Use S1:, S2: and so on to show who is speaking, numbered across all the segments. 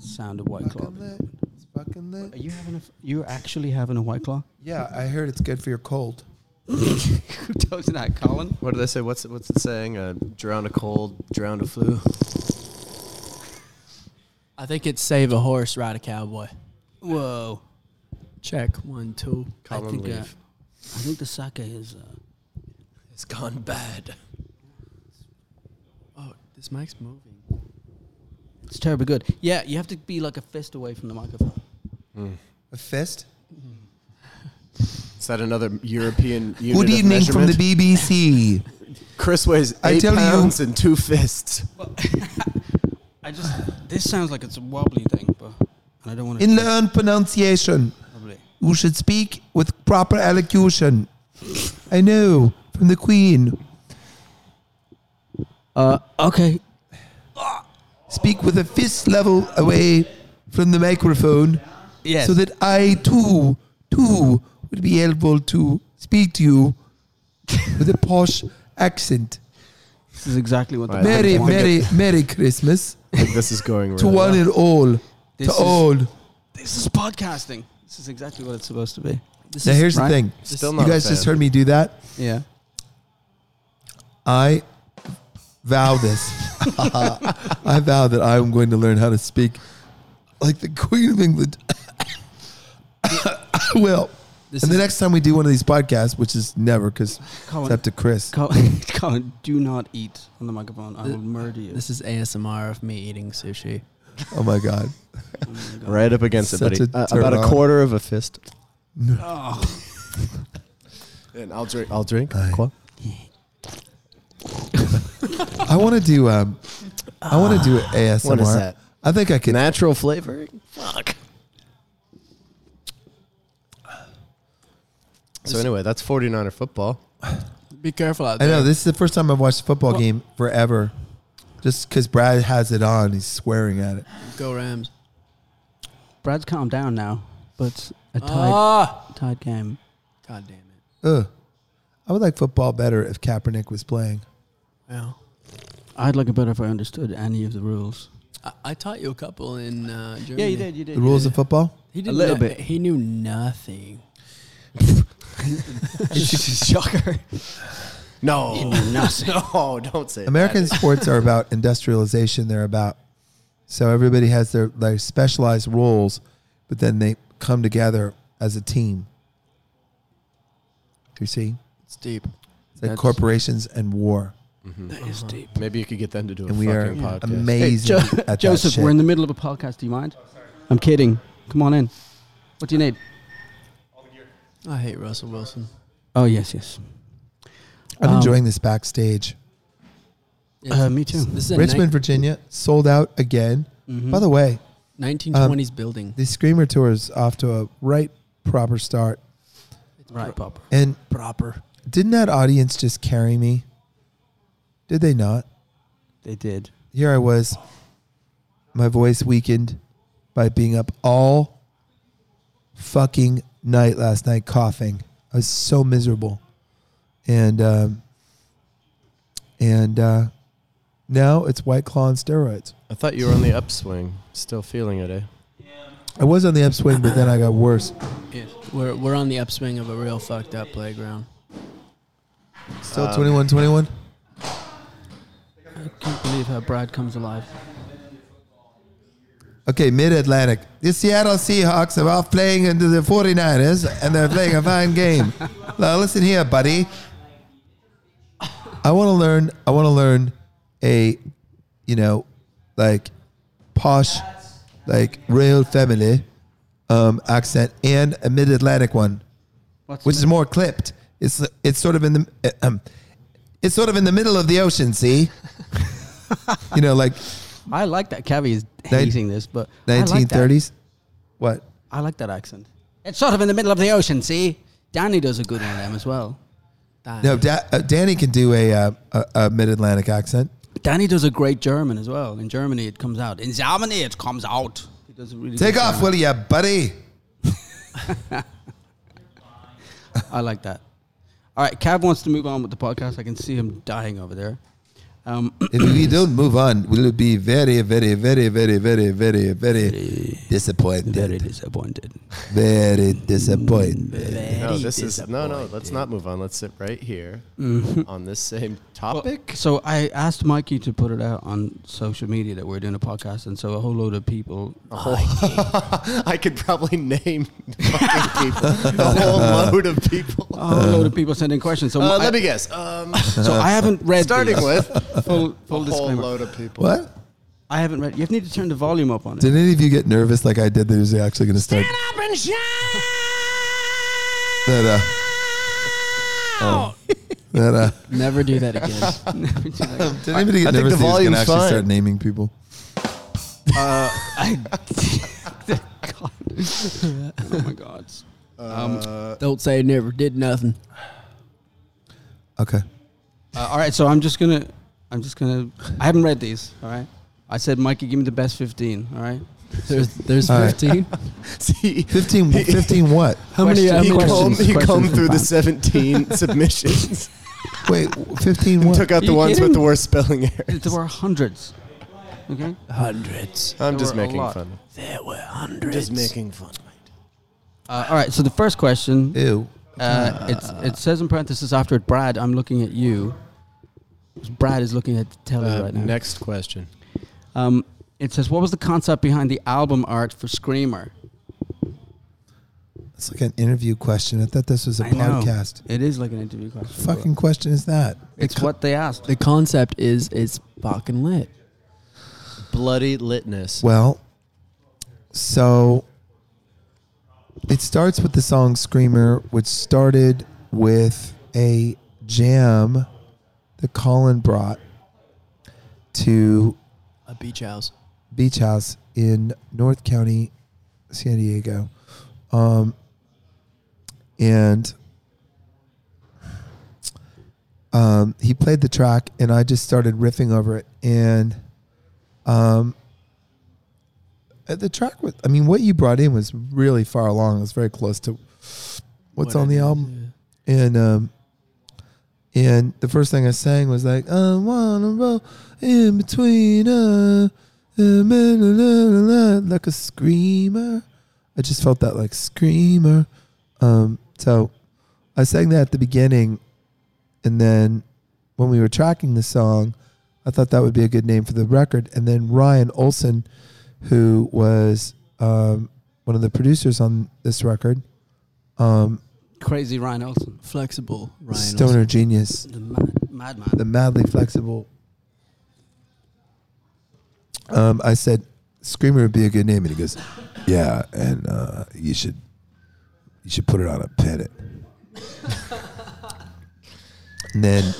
S1: sound of White Claw.
S2: Fucking lit. It's fucking
S1: Are
S2: lit.
S1: you having a? f- You actually having a White Claw?
S2: Yeah, I heard it's good for your cold.
S1: Who told you that, Colin?
S3: What do they say? What's what's the saying? Uh, drown a cold, drown a flu.
S4: I think it's save a horse, ride a cowboy.
S1: Whoa.
S4: Check one, two.
S1: I
S3: Colin
S1: think, uh,
S3: Leaf.
S1: I think the sake is. Uh,
S3: It's gone bad.
S4: Oh, this mic's moving.
S1: it's terribly good. Yeah, you have to be like a fist away from the microphone.
S2: A fist?
S3: Is that another European unit
S2: Good
S3: of
S2: evening from the
S3: measurement?
S2: BBC.
S3: Chris weighs
S2: I
S3: eight
S2: tell you-
S3: pounds and two fists.
S1: I just. this sounds like it's a wobbly thing, but and I don't want to.
S2: In learn pronunciation. You should speak with proper elocution. I know from the Queen.
S1: Uh, okay.
S2: Speak with a fist level away from the microphone,
S1: Yes.
S2: so that I too, too would be able to speak to you with a posh accent.
S1: this is exactly what the
S3: Right.
S2: Merry,
S3: Thank you.
S2: merry, merry Christmas
S3: I think this is going really
S2: to
S3: well.
S2: one and all.
S1: This
S2: To
S1: is-
S2: all.
S1: This is podcasting. This is exactly what it's supposed to be. This
S2: Now
S1: is-
S2: here's the
S1: right?
S2: thing.
S3: Still
S2: You
S3: not a
S2: guys just
S3: fan.
S2: heard me do that.
S1: Yeah.
S2: I vow this. I vow that I am going to learn how to speak like the Queen of England. I will.
S1: This
S2: and the
S1: is-
S2: next time we do one of these podcasts, which is never because
S1: Colin-
S2: it's up to Chris.
S1: Colin, Colin, do not eat on the microphone. I
S4: Th-
S1: will murder you.
S4: This is ASMR of me eating sushi.
S2: Oh my God.
S1: Oh my God.
S3: Right up against it,
S2: Such
S3: buddy.
S2: a
S3: Uh,
S2: turn
S3: about a
S2: on.
S3: quarter of a fist.
S1: Oh.
S3: And I'll drink. I'll drink.
S2: Aye.
S3: Qua-
S2: I want to do. Um, I want to do ASMR.
S3: What is that?
S2: I think I can.
S3: Natural flavoring.
S4: Fuck.
S3: So anyway, that's 49er football.
S4: Be careful out
S2: I
S4: there.
S2: know this is the first time I've watched a football
S4: Well-
S2: game forever, just because Brad has it on. He's swearing at it.
S4: Go Rams.
S1: Brad's calmed down now, but a tied,
S4: Ah!
S1: tied game.
S4: God damn it.
S2: Ugh. I would like football better if Kaepernick was playing.
S4: Well,
S1: I'd like it better if I understood any of the rules.
S4: I, I taught you a couple in uh, Germany.
S1: You did.
S2: The rules of football.
S4: He did
S1: A little
S4: no-
S1: bit.
S4: He knew nothing.
S1: shocker.
S3: No.
S1: Nothing.
S3: No, don't say
S2: American sports are about industrialization. They're about so everybody has their, their specialized roles, but then they come together as a team. Do you see?
S4: It's deep.
S2: It's like
S1: That's-
S2: corporations and war,
S4: That is deep.
S3: That. Maybe you could get them to do a
S2: and we
S3: fucking
S2: are
S3: podcast.
S2: amazing at that
S1: Joseph,
S2: shit.
S1: we're in the middle of a podcast. Do you
S4: Oh,
S1: mind? I'm kidding. Come on in. What do you need?
S4: I hate Russell Wilson.
S1: Oh yes, yes.
S2: I'm
S1: um,
S2: enjoying this backstage.
S1: Uh, me too.
S4: This is a
S2: Richmond, Virginia, sold out again.
S1: Mm-hmm.
S2: By the way,
S4: ni- 1920s building.
S2: the Screamer tour is off to a right proper start,
S1: Right, Bob.
S2: and
S4: Proper.
S2: didn't that audience just carry me? Did they not?
S1: They did.
S2: here I was, my voice weakened by being up all fucking night last night coughing. I was so miserable, and um, and uh, now it's White Claw and steroids.
S3: I thought you were on the upswing. Still feeling it, eh?
S2: I was on the upswing, but then I got worse.
S4: Yes. We're, we're on the upswing of a real fucked up playground.
S2: Still twenty one, twenty one.
S1: I can't believe how Brad comes alive.
S2: Okay, Mid Atlantic. The Seattle Seahawks are off playing into the 49ers, and they're playing a fine game. Now, listen here, buddy. I want to learn. I want to learn a, you know, like posh, like real family um, accent and a Mid Atlantic one,
S1: What's
S2: which is more clipped. It's it's sort of in the uh, um, it's sort of in the middle of the ocean. See, you know, like
S1: I like that. Cavi is
S2: Nin-
S1: hating this, but I like that.
S2: 1930s. What?
S1: I like that accent. It's sort of in the middle of the ocean, see? Danny does a good one of them as well.
S4: Dying.
S2: No, da- uh, Danny can do a uh, a, a mid Atlantic accent.
S1: Danny does a great German as well. In Germany, it comes out. In Germany, it comes out. He does a really
S2: Take
S1: good
S2: off,
S1: German.
S2: will you, buddy?
S1: I like that. All right, Cav wants to move on with the podcast. I can see him dying over there. Um,
S2: If we don't move on, we'll be very, very, very, very, very, very, very disappointed.
S1: very
S2: Very,
S1: disappointed.
S2: disappointed.
S3: No, Oh, this is no, no. Let's not move on. Let's sit right here on this same topic.
S1: So I asked Mikey to put it out on social media that we're doing a podcast, and so a whole load of people.
S3: I could probably name fucking people, a whole load of people.
S1: A whole load of people sending questions. So,
S3: Uh,
S1: Uh, I,
S3: let me guess. Um,
S1: so I haven't read.
S3: starting
S1: these.
S3: with
S1: full,
S3: a
S1: full
S3: whole
S1: disclaimer.
S3: load of people.
S2: What?
S1: I haven't read. You need to turn the volume up on it.
S2: Did any of you get nervous like I did that it was actually going to start?
S5: up and shout!
S2: That, uh, that, uh,
S4: Never do that again.
S2: did anybody get nervous
S3: I think the
S2: that he was going
S3: volume's
S2: to actually
S3: fine.
S2: start naming people?
S1: oh my Um, god.
S4: Uh, Don't say never did nothing.
S2: Okay.
S1: Uh, all right, so I'm just gonna, I'm just gonna. I haven't read these. All right. I said, Mikey, give me the best 15. All right.
S4: There's there's
S2: All right.
S4: 15.
S3: See,
S2: 15, 15 what?
S4: How many? How
S1: Question.
S3: he
S4: many
S1: Questions,
S3: combed, he
S1: questions
S3: combed
S1: and
S3: through the
S1: facts.
S3: 17 submissions
S2: Wait, 15
S3: and
S2: what?
S3: took out the
S4: Are you
S3: ones
S4: kidding?
S3: with the worst spelling error.
S1: There were hundreds. Okay.
S4: hundreds.
S3: I'm just
S1: were a
S3: making
S1: lot.
S3: fun.
S4: There were hundreds.
S3: making fun.
S1: Uh, all right. So the first question,
S2: Ew.
S1: uh, it's, it says in parentheses after it, Brad, I'm looking at you. Brad is looking at the telly right now.
S3: Uh, next question.
S1: Um, it says, what was the concept behind the album art for Screamer?
S2: It's like an interview question. I thought this was a
S1: I know.
S2: podcast.
S1: It is like an interview question. but
S2: Fucking question is that?
S1: It's what they asked.
S4: The concept is it's fucking lit.
S3: Bloody litness.
S2: Well, so it starts with the song Screamer, which started with a jam that Colin brought to
S4: A beach house.
S2: Beach House in North County, San Diego. Um, and um, he played the track, and I just started riffing over it. And um, uh, the track was, I mean, what you brought in was really far along. It was very close to what's
S4: What
S2: on
S4: I
S2: the
S4: did,
S2: album
S4: yeah.
S2: and um and the first thing I sang was like I wanna roll in between uh, uh, la, la, la, la," like a screamer. I just felt that like screamer. Um so I sang that at the beginning and then when we were tracking the song, I thought that would be a good name for the record. And then Ryan Olson, who was um, one of the producers on this record, um,
S1: Crazy Ryan Olsen.
S4: Flexible. Ryan
S2: Stoner
S4: Olsen.
S2: Genius,
S1: The mad, madman.
S2: the madly flexible. Um, I said, "Screamer would be a good name," and he goes, "Yeah, and uh, you should, you should put it on a pennant." and then,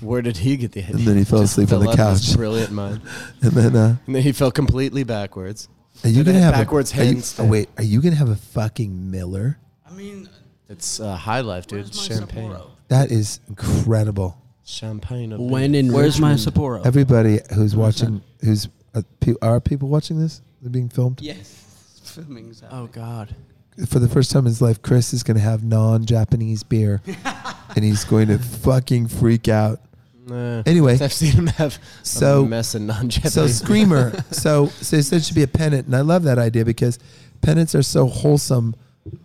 S3: Where did he get the idea?
S2: and then he fell
S3: Just
S2: asleep on the
S3: left his
S2: couch.
S3: Brilliant mind.
S2: And then, uh,
S3: And then he fell completely backwards.
S2: are you
S3: Did it
S2: gonna have
S3: backwards
S2: a, are you-
S3: handstand?
S2: oh, wait, are you gonna have a fucking Miller?
S1: I mean,
S3: It's uh, high life, dude. It's champagne.
S2: That is incredible.
S3: Champagne. Of
S4: When in
S1: Where's my
S4: Richmond.
S1: Sapporo?
S2: Everybody who's watching, who's uh, pe- are people watching this? They're being filmed.
S1: yes, filming's out.
S4: Oh God.
S2: for the first time in his life, Chris is going to have non-Japanese beer, and he's going to fucking freak out.
S3: Nah.
S2: Anyway,
S3: I've seen him have
S2: So-
S3: a mess in
S2: so
S3: non-Japanese.
S2: screamer. So so it said it should be a pennant, and I love that idea because pennants are so wholesome.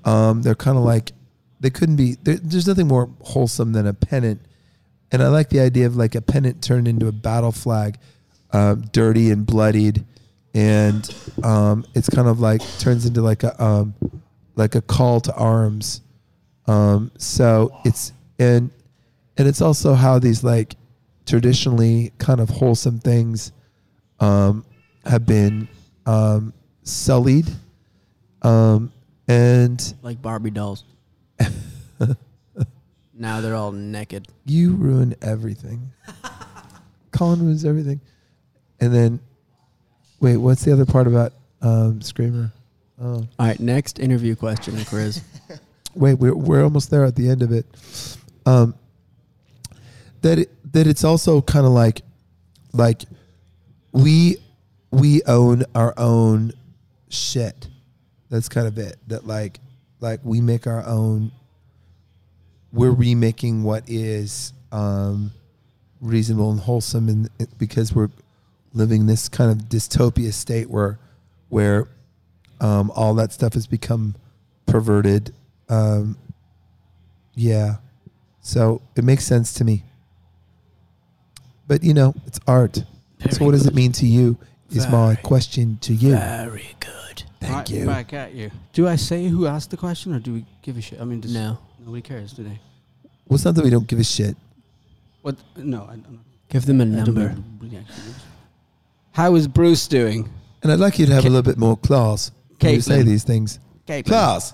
S2: Um, they're kind of like they couldn't be. There, there's nothing more wholesome than a pennant, and I like the idea of like a pennant turned into a battle flag, um, dirty and bloodied, and um, it's kind of like turns into like a um, like a call to arms. Um, so it's and and it's also how these like traditionally kind of wholesome things um, have been um, sullied, um, and
S4: Like Barbie dolls. now they're all naked.
S2: you ruin everything. Colin ruins everything, and then wait, what's the other part about um, Screamer? Oh,
S4: All right, next interview question, Chris.
S2: wait, we're we're almost there at the end of it. Um, that it, that it's also kind of like like we we own our own shit. That's kind of it. That like like we make our own. We're remaking what is um, reasonable and wholesome, and because we're living this kind of dystopia state where where um, all that stuff has become perverted. Um, yeah, so it makes sense to me. But you know, it's art. so, what does it mean to you? Is my
S4: Very.
S2: question to you.
S4: Very good.
S2: Thank
S1: right
S2: you.
S1: Back at you. Do I say who asked the question, or do we give a shit? I mean, does
S4: No.
S1: nobody cares, do they?
S2: Well, it's not that we don't give a shit.
S1: What? No, I, I'm
S4: Give them a
S1: not. I don't
S4: number.
S1: really actually give a shit. How is Bruce doing?
S2: And I'd like you to have
S1: Ca-
S2: a little bit more class when you say
S1: Caitlin.
S2: these things.
S1: Caitlin.
S2: Class.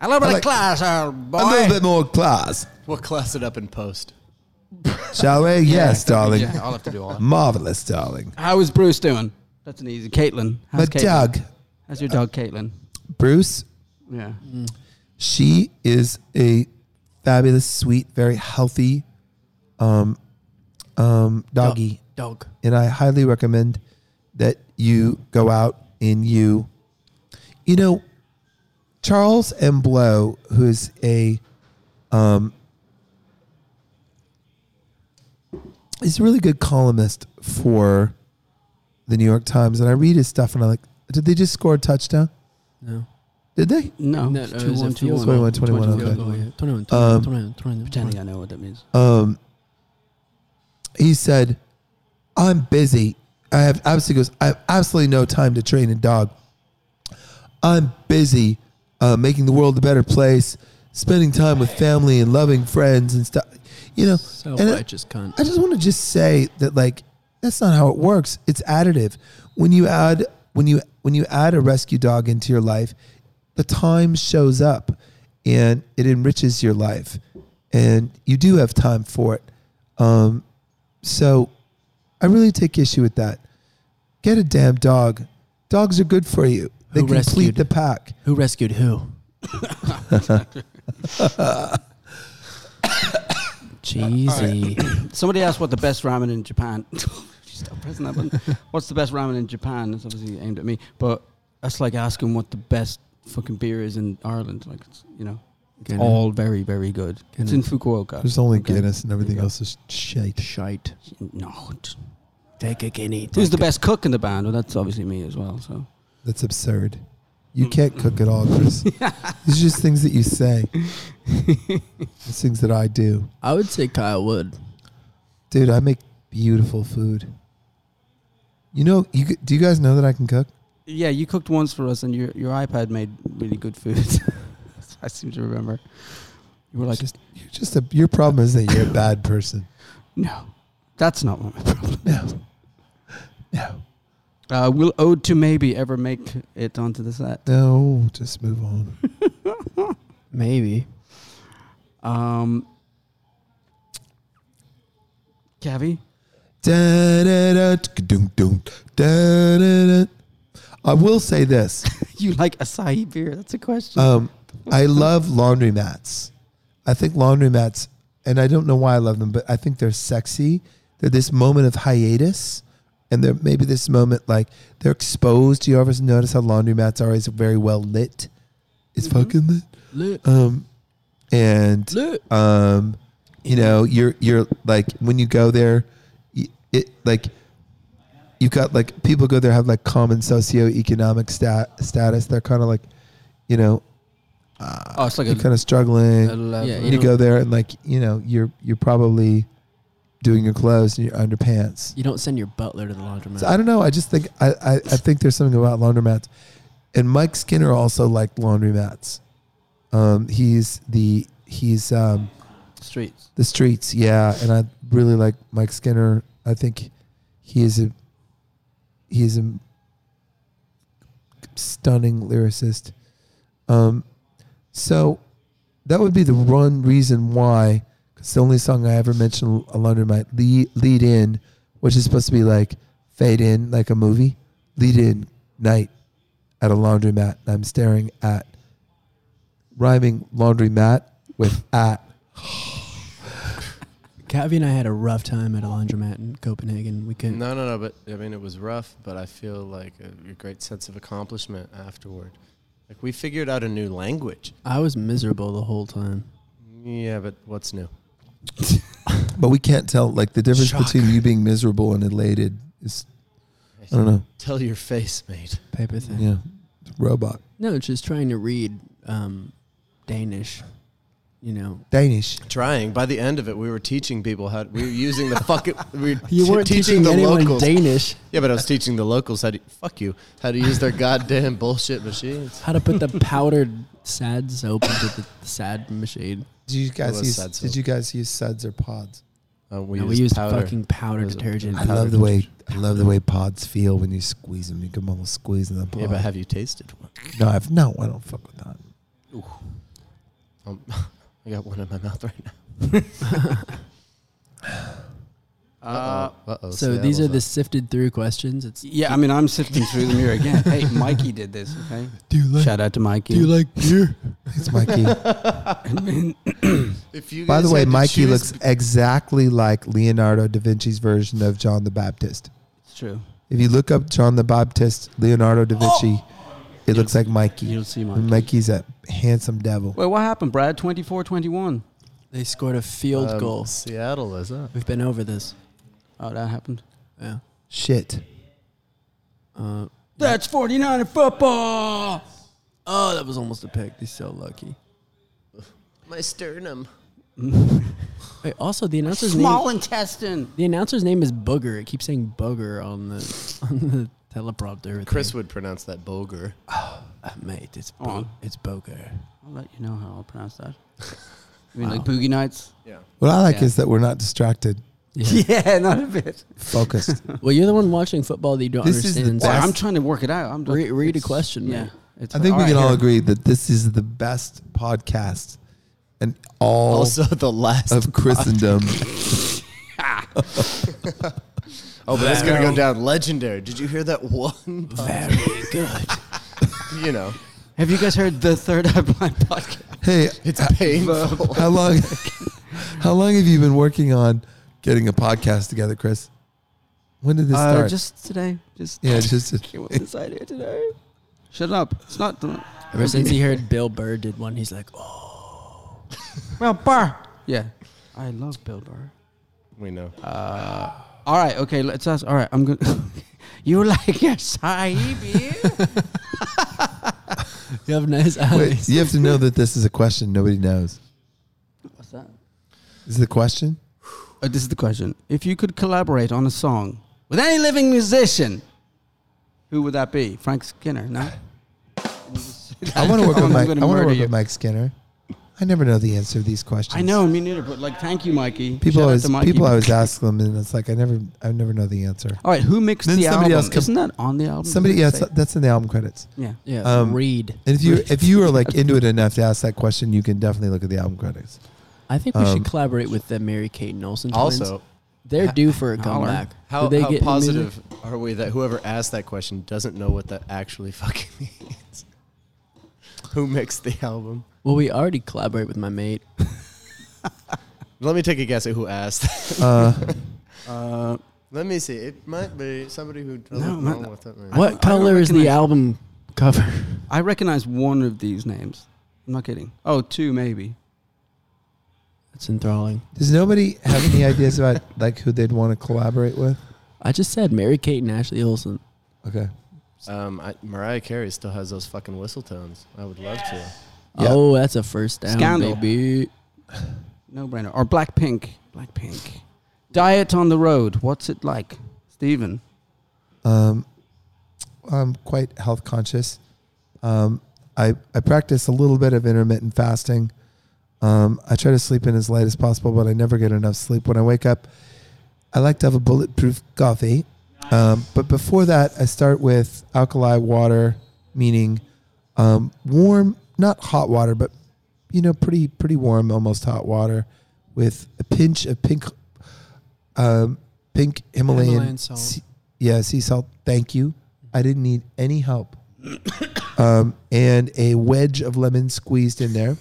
S1: A little bit
S2: I
S1: of
S2: like-
S1: class, old uh, boy.
S2: A little bit more class.
S3: We'll class it up in post.
S2: Shall we? yes, darling.
S1: Yeah, I'll have to do all that.
S2: Marvelous, darling.
S1: How is Bruce doing? That's an easy. Caitlin. How's
S2: But
S1: Caitlin?
S2: Doug,
S1: How's your dog, Caitlin?
S2: Bruce,
S1: Yeah.
S2: she is a fabulous, sweet, very healthy um, um, doggy.
S4: Dog.
S2: and I highly recommend that you go out and you, you know, Charles M. Blow, who's a, um, he's a really good columnist for the New York Times, and I read his stuff, and I'm like, did they just score a touchdown?
S4: No.
S2: Did they?
S1: No.
S4: No,
S1: it's
S4: no, it
S1: two,
S4: was a
S1: one, two,
S4: field
S1: one.
S2: goal. 21, 21,
S1: Two, one,
S2: okay.
S1: two, one.
S2: Um,
S1: Pretending I know what that means.
S2: Um, he said, "I'm busy. I have absolutely goes. I have absolutely no time to train a dog. I'm busy uh, making the world a better place, spending time with family and loving friends and stuff. You know,
S4: So
S2: and I-
S4: righteous cunt.
S2: I just want to just say that like that's not how it works. It's additive. When you add when you when you add a rescue dog into your life, the time shows up and it enriches your life and you do have time for it. Um, so I really take issue with that. Get a damn dog. Dogs are good for you. They
S4: Who
S2: complete
S4: rescued?
S2: the pack.
S4: Who rescued who? Cheesy.
S1: Somebody asked what the best ramen in Japan. Stop pressing that button. What's the best ramen in Japan? It's obviously aimed at me, but that's like asking what the best fucking beer is in Ireland. Like it's you know, it's
S4: Guinness.
S1: all very very good. It's in Fukuoka.
S2: There's only
S1: Okay.
S2: Guinness and everything
S1: There you go.
S2: else is shite.
S4: Shite.
S1: No. t-
S4: Take a guinea.
S1: Who's
S4: take
S1: the
S4: a-
S1: best cook in the band? Well, that's obviously me as well. So
S2: That's absurd. You can't cook at all, Chris. These are just things that you say. These things that I do.
S4: I would say Kyle Wood.
S2: Dude, I make beautiful food. You know, you g- do you guys know that I can cook?
S1: yeah, you cooked once for us, and your your iPad made really good food. I seem to remember. You were like,
S2: Just- You're just a your problem is that you're a bad person.
S1: no, that's not what my problem.
S2: No. No.
S1: Uh, will Ode to Maybe ever make it onto the set?
S2: No, just move on.
S4: Maybe.
S1: Um, Cavi?
S2: Da-da-da, tsk-a-dunk-dunk, da-da-da. I will say this.
S1: You like acai beer? That's a question.
S2: Um, I love laundromats. I think laundromats, and I don't know why I love them, but I think they're sexy. They're this moment of hiatus, and they're maybe this moment like they're exposed. Do you ever notice how laundromats are always very well lit? It's
S1: Mhm.
S2: fucking lit.
S4: Look.
S2: Um, and
S4: Look.
S2: um, you know, you're you're like when you go there, y- it like you got like people go there have like common socioeconomic stat status. They're kind of like, you know, uh,
S1: oh, it's like a,
S2: you're kind of
S1: a
S2: struggling.
S1: level.
S4: Yeah,
S2: You,
S4: you know-
S2: go there and like you know you're you're probably doing your clothes and your underpants.
S4: You don't send your butler to the laundromat.
S2: So I don't know. I just think I, I, I think there's something about laundromats, and Mike Skinner also liked laundromats. Um, he's the he's um,
S1: streets.
S2: the streets, yeah. And I really like Mike Skinner. I think he is a he is a stunning lyricist. Um, so that would be the one reason why. Because the only song I ever mentioned alone might lead, lead in, which is supposed to be like fade in like a movie, lead in night at a laundromat. And I'm staring at rhyming laundromat with at
S4: Cavi and I had a rough time at a laundromat in Copenhagen. We couldn't.
S3: No, no, no. But I mean, it was rough. But I feel like a, a great sense of accomplishment afterward. Like we figured out a new language.
S4: I was miserable the whole time.
S3: Yeah, but what's new?
S2: but we can't tell like the difference
S3: Shock.
S2: between you being miserable and elated is I don't know.
S3: Tell your face, mate.
S4: paper thin.
S2: Yeah. Robot.
S4: No, she's trying to read um, Danish. You know,
S2: Danish.
S3: Trying. By the end of it, we were teaching people how. we were using the fucking. We were
S4: you
S3: t-
S4: weren't teaching,
S3: the
S4: anyone
S3: locals.
S4: Danish
S3: yeah, but I was teaching the locals how to fuck you, how to use their goddamn bullshit machines.
S4: how to put the powdered sad soap into the, the sad machine.
S2: Did you guys
S3: was
S2: use
S3: sad
S2: did
S3: soap.
S2: you guys use suds or pods?
S3: Uh, we
S4: We, no,
S3: used
S4: we used
S3: powder.
S4: fucking powder
S3: It was a-
S4: detergent.
S2: I love the way I love the way pods feel when you squeeze them. You can almost squeeze in the pod.
S3: Yeah, but have you tasted one?
S2: no, I've no, I don't fuck with that.
S3: Um, I got one in my mouth right now.
S1: Uh,
S3: Uh-oh,
S4: So these are the
S3: Seattle's
S4: sifted through questions. It's
S1: yeah, I mean, I'm sifting through the mirror again. Hey, Mikey did this. Okay,
S2: Do you
S1: shout out to Mikey.
S2: like beer? It's Mikey.
S3: up. If you
S2: By the
S3: guys
S2: way,
S3: had to
S2: Mikey
S3: choose
S2: looks exactly like Leonardo da Vinci's version of John the Baptist.
S1: It's true.
S2: If you look up John the Baptist, Leonardo da Vinci, it looks like Mikey.
S1: You'll see
S2: And
S1: Mikey.
S2: Mikey's a handsome devil.
S1: Wait, what happened, Brad? 24-21.
S4: they scored a field
S3: um,
S4: goal.
S3: Seattle is up.
S4: We've been over this.
S1: Oh, that happened.
S4: Yeah.
S2: Shit.
S4: Uh,
S1: That's 49 in football.
S4: oh, that was almost a pick. They're so lucky.
S3: My sternum.
S4: Wait, also the announcer's
S1: Small
S4: name.
S1: intestine.
S4: The announcer's name is Booger. It keeps saying Booger on the on the teleprompter.
S3: Chris would pronounce that boger.
S4: Uh, mate, it's bo-
S1: Oh.
S4: it's Booger.
S1: I'll let you know how I'll pronounce that. You mean like boogie nights?
S3: Yeah.
S2: What I like
S1: Yeah.
S2: is that we're not distracted,
S4: Yeah.
S1: not a bit.
S2: focused.
S4: well, you're the one watching football that you don't
S2: This is the
S4: understand. so
S2: best-
S1: Well, I'm trying to work it out. I'm just-
S4: Re- read a
S1: it's-
S4: question,
S1: Yeah,
S4: mate.
S1: It's
S2: I think we
S1: right,
S2: can all
S1: here.
S2: agree that this is the best podcast and all
S3: Also, the last.
S2: of Christendom.
S3: oh, but that's gonna go down legendary. Did you hear that one?
S4: very good.
S3: you know,
S1: Have you guys heard the Third Eye Blind podcast?
S2: hey,
S3: it's painful.
S2: how long how long have you been working on getting a podcast together, Chris? When did this
S1: Uh,
S2: start?
S1: just today. Just
S2: yeah, just
S1: came up with this idea today. Shut up. It's not. The,
S4: Ever since he heard Bill Burr did one, he's like, oh,
S1: well, Burr. Yeah. I love Bill Burr.
S3: we know.
S1: Uh, All right. Okay. Let's ask. All right. I'm gonna. you like your sahibi?
S4: you have nice eyes.
S2: Wait, you have to know that this is a question nobody knows.
S1: What's that?
S2: Is it a question?
S1: Oh, this is the question. If you could collaborate on a song with any living musician, who would that be? Frank Skinner? No.
S2: I want to work
S1: Oh,
S2: with
S1: I'm
S2: Mike.
S1: gonna
S2: I want to
S1: murder
S2: work
S1: you.
S2: with Mike Skinner. I never know the answer to these questions.
S1: I know, me neither. But like, thank you, Mikey.
S2: People
S1: Shout out
S2: always
S1: to Mikey. Mm-hmm.
S2: people always ask them, and it's like I never I never know the answer.
S1: All right, who mixed
S2: Then
S1: the
S2: somebody
S1: album?
S2: else come-
S1: Isn't that on the album?
S2: Somebody,
S1: Did it
S2: yeah,
S1: say-
S2: it's- that's in the album credits.
S1: yeah.
S4: yeah,
S2: um,
S4: read.
S2: And if you if you are like into it enough to ask that question, you can definitely look at the album credits.
S4: I think we
S2: um,
S4: should collaborate with the Mary Kate and Olsen twins.
S3: Also,
S4: they're due for a
S1: Holler.
S4: comeback.
S3: how,
S4: Do they
S3: how
S4: get in the music?
S3: positive are we that whoever asked that question doesn't know what that actually fucking means? Who mixed the album?
S4: Well, we already collaborate with my mate.
S3: Let me take a guess at who asked.
S2: Uh,
S1: Uh,
S3: Let me see. It might be somebody
S1: No,
S3: who doesn't
S1: man,
S3: know what that means.
S1: I
S4: What
S1: don't- I don't
S4: color is the
S1: recognize-
S4: album cover?
S1: I recognize one of these names. I'm not kidding. Oh, two maybe.
S4: It's enthralling.
S2: does nobody have any ideas about like who they'd want to collaborate with?
S4: I just said Mary Kate and Ashley Olsen.
S2: Okay,
S3: Um, I, Mariah Carey still has those fucking whistle tones. I would love to.
S2: Yeah.
S4: Oh, that's a first down,
S1: Scandal.
S4: baby.
S1: No brainer. Or Blackpink. Blackpink. Diet on the road. What's it like, Steven?
S2: um, I'm quite health conscious. Um, I I practice a little bit of intermittent fasting. Um, I try to sleep in as late as possible, but I never get enough sleep. When I wake up, I like to have a bulletproof coffee. Um, but before that, I start with alkali water, meaning um, warm, not hot water, but you know, pretty pretty warm, almost hot water, with a pinch of pink um, pink Himalayan,
S4: Himalayan salt.
S2: Sea, yeah, sea salt. Thank you. I didn't need any help. um, and a wedge of lemon squeezed in there,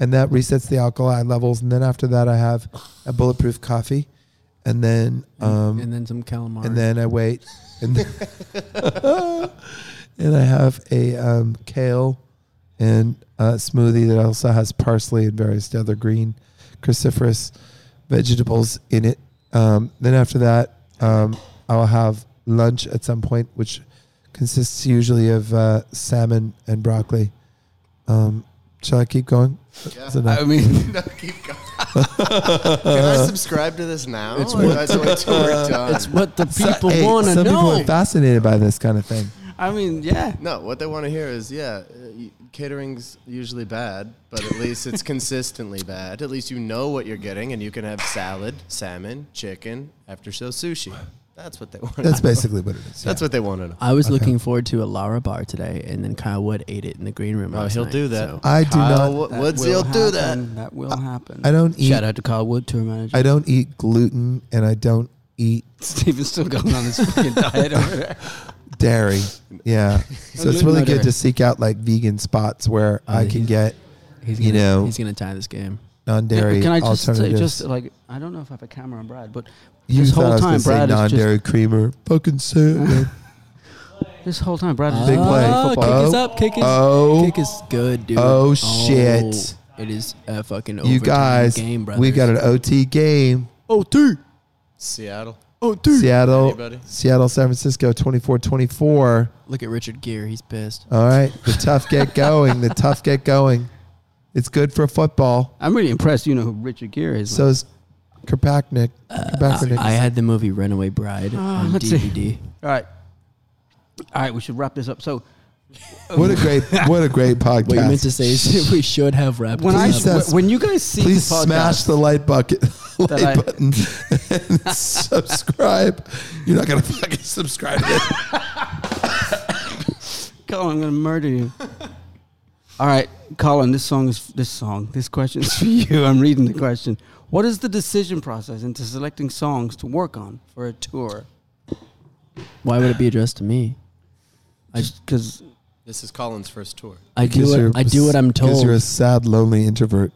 S2: and that resets the alkali levels. And then after that, I have a bulletproof coffee, and then um,
S4: and then some calamari.
S2: and then I wait, and then and I have a um, kale and uh, smoothie that also has parsley and various other green cruciferous vegetables in it. Um, then after that, um, I'll have lunch at some point, which consists usually of uh, salmon and broccoli. Um, shall I keep going?
S3: Yeah.
S2: Is it
S4: Uh,
S2: not-
S1: I mean,
S3: No, keep going. Can I subscribe to this now? It's what, we're done?
S4: It's what the
S2: So-
S4: people
S2: hey,
S4: want to
S2: Some people are
S4: know.
S2: fascinated by this kind of thing.
S1: I mean, yeah.
S3: no, what they want to hear is, yeah, uh, y- catering's usually bad, but at least it's consistently bad. At least you know what you're getting, and you can have salad, salmon, chicken, after show sushi. That's what they want.
S2: That's basically what it is.
S3: That's what they want to know.
S4: I was looking forward to a Lara bar today, and then Kyle Wood ate it in the green room.
S3: Oh,
S4: last
S3: he'll
S4: night,
S3: do that.
S4: so-
S2: I do
S3: Kyle
S2: not.
S3: Wo- Woods,
S1: will
S3: he'll do that.
S1: happen. That will happen.
S2: I don't eat.
S1: Shout out to Carl Wood, tour manager.
S2: I don't eat gluten, and I don't eat
S1: Steven's still going on his fucking diet over there.
S2: dairy. Yeah, so it's
S1: gluten
S2: really
S1: or
S2: good
S1: dairy?
S2: to seek out like vegan spots where
S4: Oh,
S2: I can
S4: he's-
S2: get
S4: He's
S2: You
S4: gonna,
S2: know-
S4: he's gonna tie this game.
S2: non-dairy
S1: Can I just say,
S2: alternatives.
S1: just like I don't know if I have a camera on Brad, but
S2: you
S1: this
S2: thought
S1: whole
S2: I was gonna
S1: time
S2: say
S1: Brad is just
S2: non-dairy creamer. Fucking say it, man.
S1: this whole time Brad is
S2: Big
S1: just
S2: play.
S4: Oh,
S2: Football.
S4: kick is up. Kick is.
S2: Oh,
S4: Kick is good, dude.
S2: Oh, shit.
S4: It is a fucking
S2: you
S4: overtime
S2: guys,
S4: game, brother.
S2: we got an OT game.
S4: oh two,
S3: Seattle.
S4: oh two.
S2: Seattle,
S3: Anybody?
S2: Seattle, San Francisco, 24-24.
S4: Look at Richard Gere. He's pissed.
S2: All right, the tough get going. The tough get going. It's good for football.
S1: I'm really impressed. You know who Richard Gere is.
S2: So is Kirkpatrick.
S1: Uh,
S2: Kirkpatrick.
S4: I had the movie Runaway Bride
S2: Ah,
S4: on
S1: let's see.
S4: DVD.
S1: all right, all right, we should wrap this up. So
S2: what a great, what a great podcast.
S4: What you meant to say is we should have wrapped
S1: when I
S4: this
S2: Please,
S4: up.
S2: uh,
S1: wh- when you guys see
S2: Please
S1: the podcast,
S2: smash the like bucket, like
S1: I-
S2: button, and subscribe. You're not gonna fucking subscribe. To this.
S1: Colin, I'm gonna murder you. All right, Colin, this song is this song. This question is for you. I'm reading the question. What is the decision process into selecting songs to work on for a tour?
S4: Why would it be addressed to me? I-
S1: Because
S3: This is Colin's first tour.
S4: I do
S2: Because you're-
S4: what I do what I'm
S2: Because
S4: told.
S2: you're a sad, lonely introvert.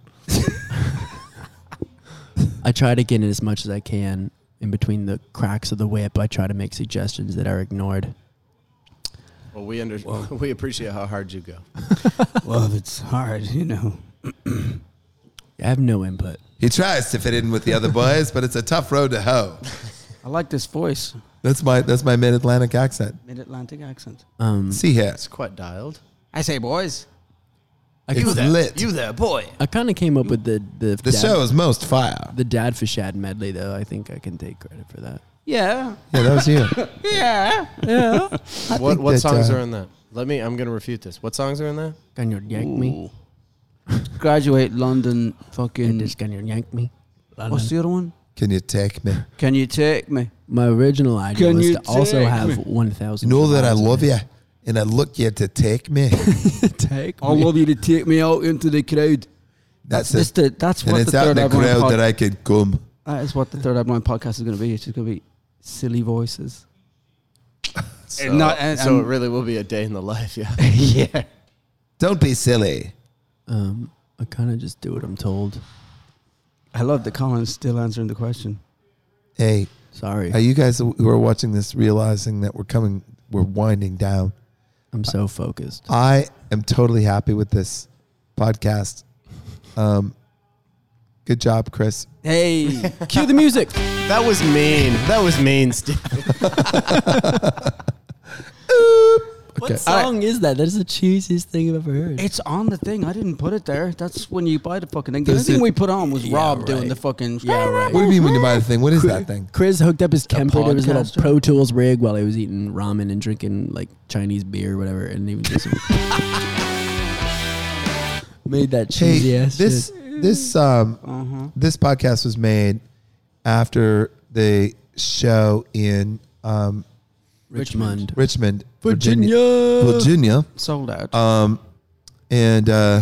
S4: I try to get in as much as I can in between the cracks of the whip. I try to make suggestions that are ignored.
S3: Well, we under- we appreciate how hard you go.
S1: love, it's hard, you know.
S4: I have no input.
S2: He tries to fit in with the other boys, but it's a tough road to hoe.
S1: I like this voice,
S2: That's my that's my mid Atlantic accent.
S1: mid Atlantic accent.
S4: Um,
S2: See here,
S3: It's quite dialed.
S1: I say, boys.
S4: I,
S2: it's lit.
S3: You there, boy.
S4: I kind of came up with the the,
S2: The
S4: dad,
S2: show is most fire.
S4: the dad for Shad medley though. I think I can take credit for that.
S1: Yeah.
S2: Yeah, that was you.
S1: Yeah.
S4: Yeah,
S3: What
S2: think
S3: what
S2: that,
S3: songs
S2: uh,
S3: are in that? Let me. I'm gonna refute this. What songs are in that?
S4: can you yank me?
S1: Graduate London
S4: It
S1: fucking.
S4: is can you yank me?
S1: What's the other one?
S2: Can you take me?
S1: Can you take me?
S4: My original idea
S1: Can
S4: was
S1: you
S4: to also
S1: take
S4: have
S1: me?
S4: one thousand.
S2: You know that I love you, and I look you to take me.
S4: take.
S1: I love you to take me out into the crowd.
S2: That's
S1: That's
S2: it.
S1: the, that's
S2: And
S1: what
S2: it's
S1: the
S2: out in
S1: third
S2: the
S1: album
S2: crowd that I could come.
S1: That is what the third Blind podcast is going to be. It's just going to be silly voices.
S3: So,
S1: And not- and-
S3: so it
S1: and-
S3: really will be a day in the life. Yeah.
S1: yeah.
S2: Don't be silly.
S4: Um, I kind of just do what I'm told.
S1: I love that Colin's still answering the question.
S2: Hey,
S4: Sorry,
S2: are you guys who are watching this realizing that we're coming, we're winding down?
S4: I'm so focused.
S2: I am totally happy with this podcast. Um, good job, Chris.
S1: Hey.
S4: Cue the music.
S3: That was mean. That was mean, Steve.
S4: What song is that? That is the cheesiest thing I've ever heard.
S1: it's on the thing. I didn't put it there. That's when you buy the fucking thing. The
S2: Does
S1: only thing
S2: it-
S1: we put on was
S4: Yeah,
S1: Rob doing
S4: right.
S1: the fucking.
S4: Yeah, right.
S2: What do you mean when you buy the thing? What is that thing?
S4: Chris hooked up his Kemper to his little
S1: podcaster?
S4: Pro Tools rig while he was eating ramen and drinking like Chinese beer or whatever, and even just made that
S2: Hey,
S4: cheesy ass.
S2: this
S4: shit.
S2: this um
S1: Uh-huh.
S2: this podcast was made after the show in um,
S4: Richmond,
S2: Richmond,
S4: Virginia.
S2: Virginia.
S1: Sold out.
S2: Um, and uh,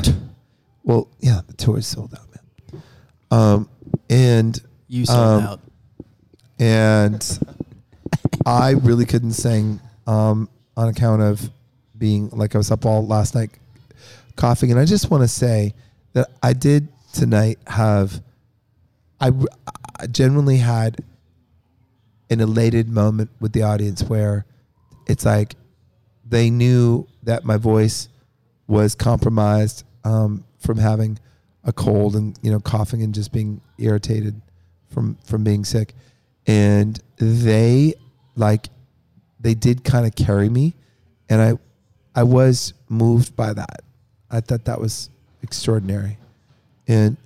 S2: well, yeah, the tour is sold out, man. Um, and
S4: You sold
S2: Um,
S4: out.
S2: and I really couldn't sing um, on account of being like I was up all last night coughing. And I just want to say that I did tonight have I, I genuinely had an elated moment with the audience where it's like they knew that my voice was compromised um, from having a cold and you know coughing and just being irritated from from being sick, and they like they did kind of carry me, and I I was moved by that. I thought that was extraordinary, and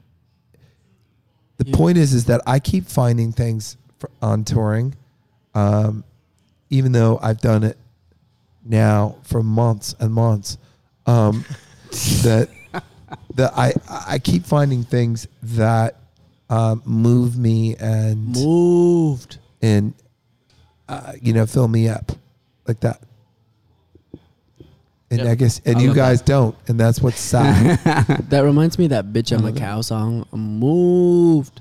S2: the
S4: Yeah.
S2: point is is that I keep finding things for, on touring, um, even though I've done it now for months and months. Um, that that I I keep finding things that um, move me and
S4: Moved.
S2: and uh, you know fill me up like that. And
S4: Yeah.
S2: I guess and
S4: I
S2: you
S4: love
S2: guys don't, and that's what's sad.
S4: That reminds me of that bitch I'm a
S2: Another.
S4: cow song. I'm moved.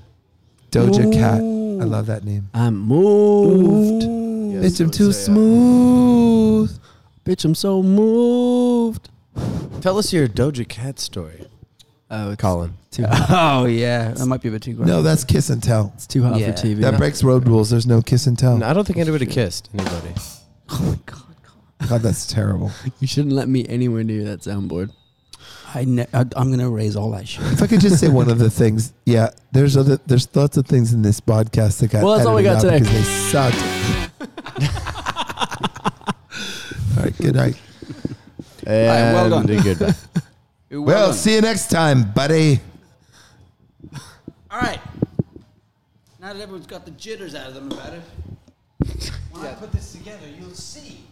S2: Doja Cat, I
S1: Ooh.
S2: love that name.
S4: I'm moved.
S3: Yeah.
S2: Bitch, I'm
S3: let's
S2: too
S3: say, uh,
S2: smooth.
S4: Bitch, I'm so moved.
S3: Tell us your Doja Cat story.
S4: Oh, it's
S3: Colin.
S4: too
S1: Oh yeah, that might be a bit too gross.
S2: No, that's kiss and tell.
S4: it's too hot
S1: Yeah.
S4: for TV.
S2: That breaks road rules. There's no kiss and tell.
S3: No, I don't think anybody kissed anybody.
S1: oh my god,
S2: God, that's terrible.
S4: you shouldn't let me anywhere near that soundboard.
S1: I ne- I, I'm gonna erase all that shit.
S2: If I could just say one of the things, yeah, there's other, there's lots of things in this podcast that got
S4: Well, that's all we
S2: edited out
S4: got today.
S2: because they sucked. all right, good night.
S1: right, well done.
S3: And goodbye.
S1: Well,
S2: Well,
S1: done.
S2: see you next time, buddy.
S1: all right. Now that everyone's got the jitters out of them about it, when I put this together, you'll see.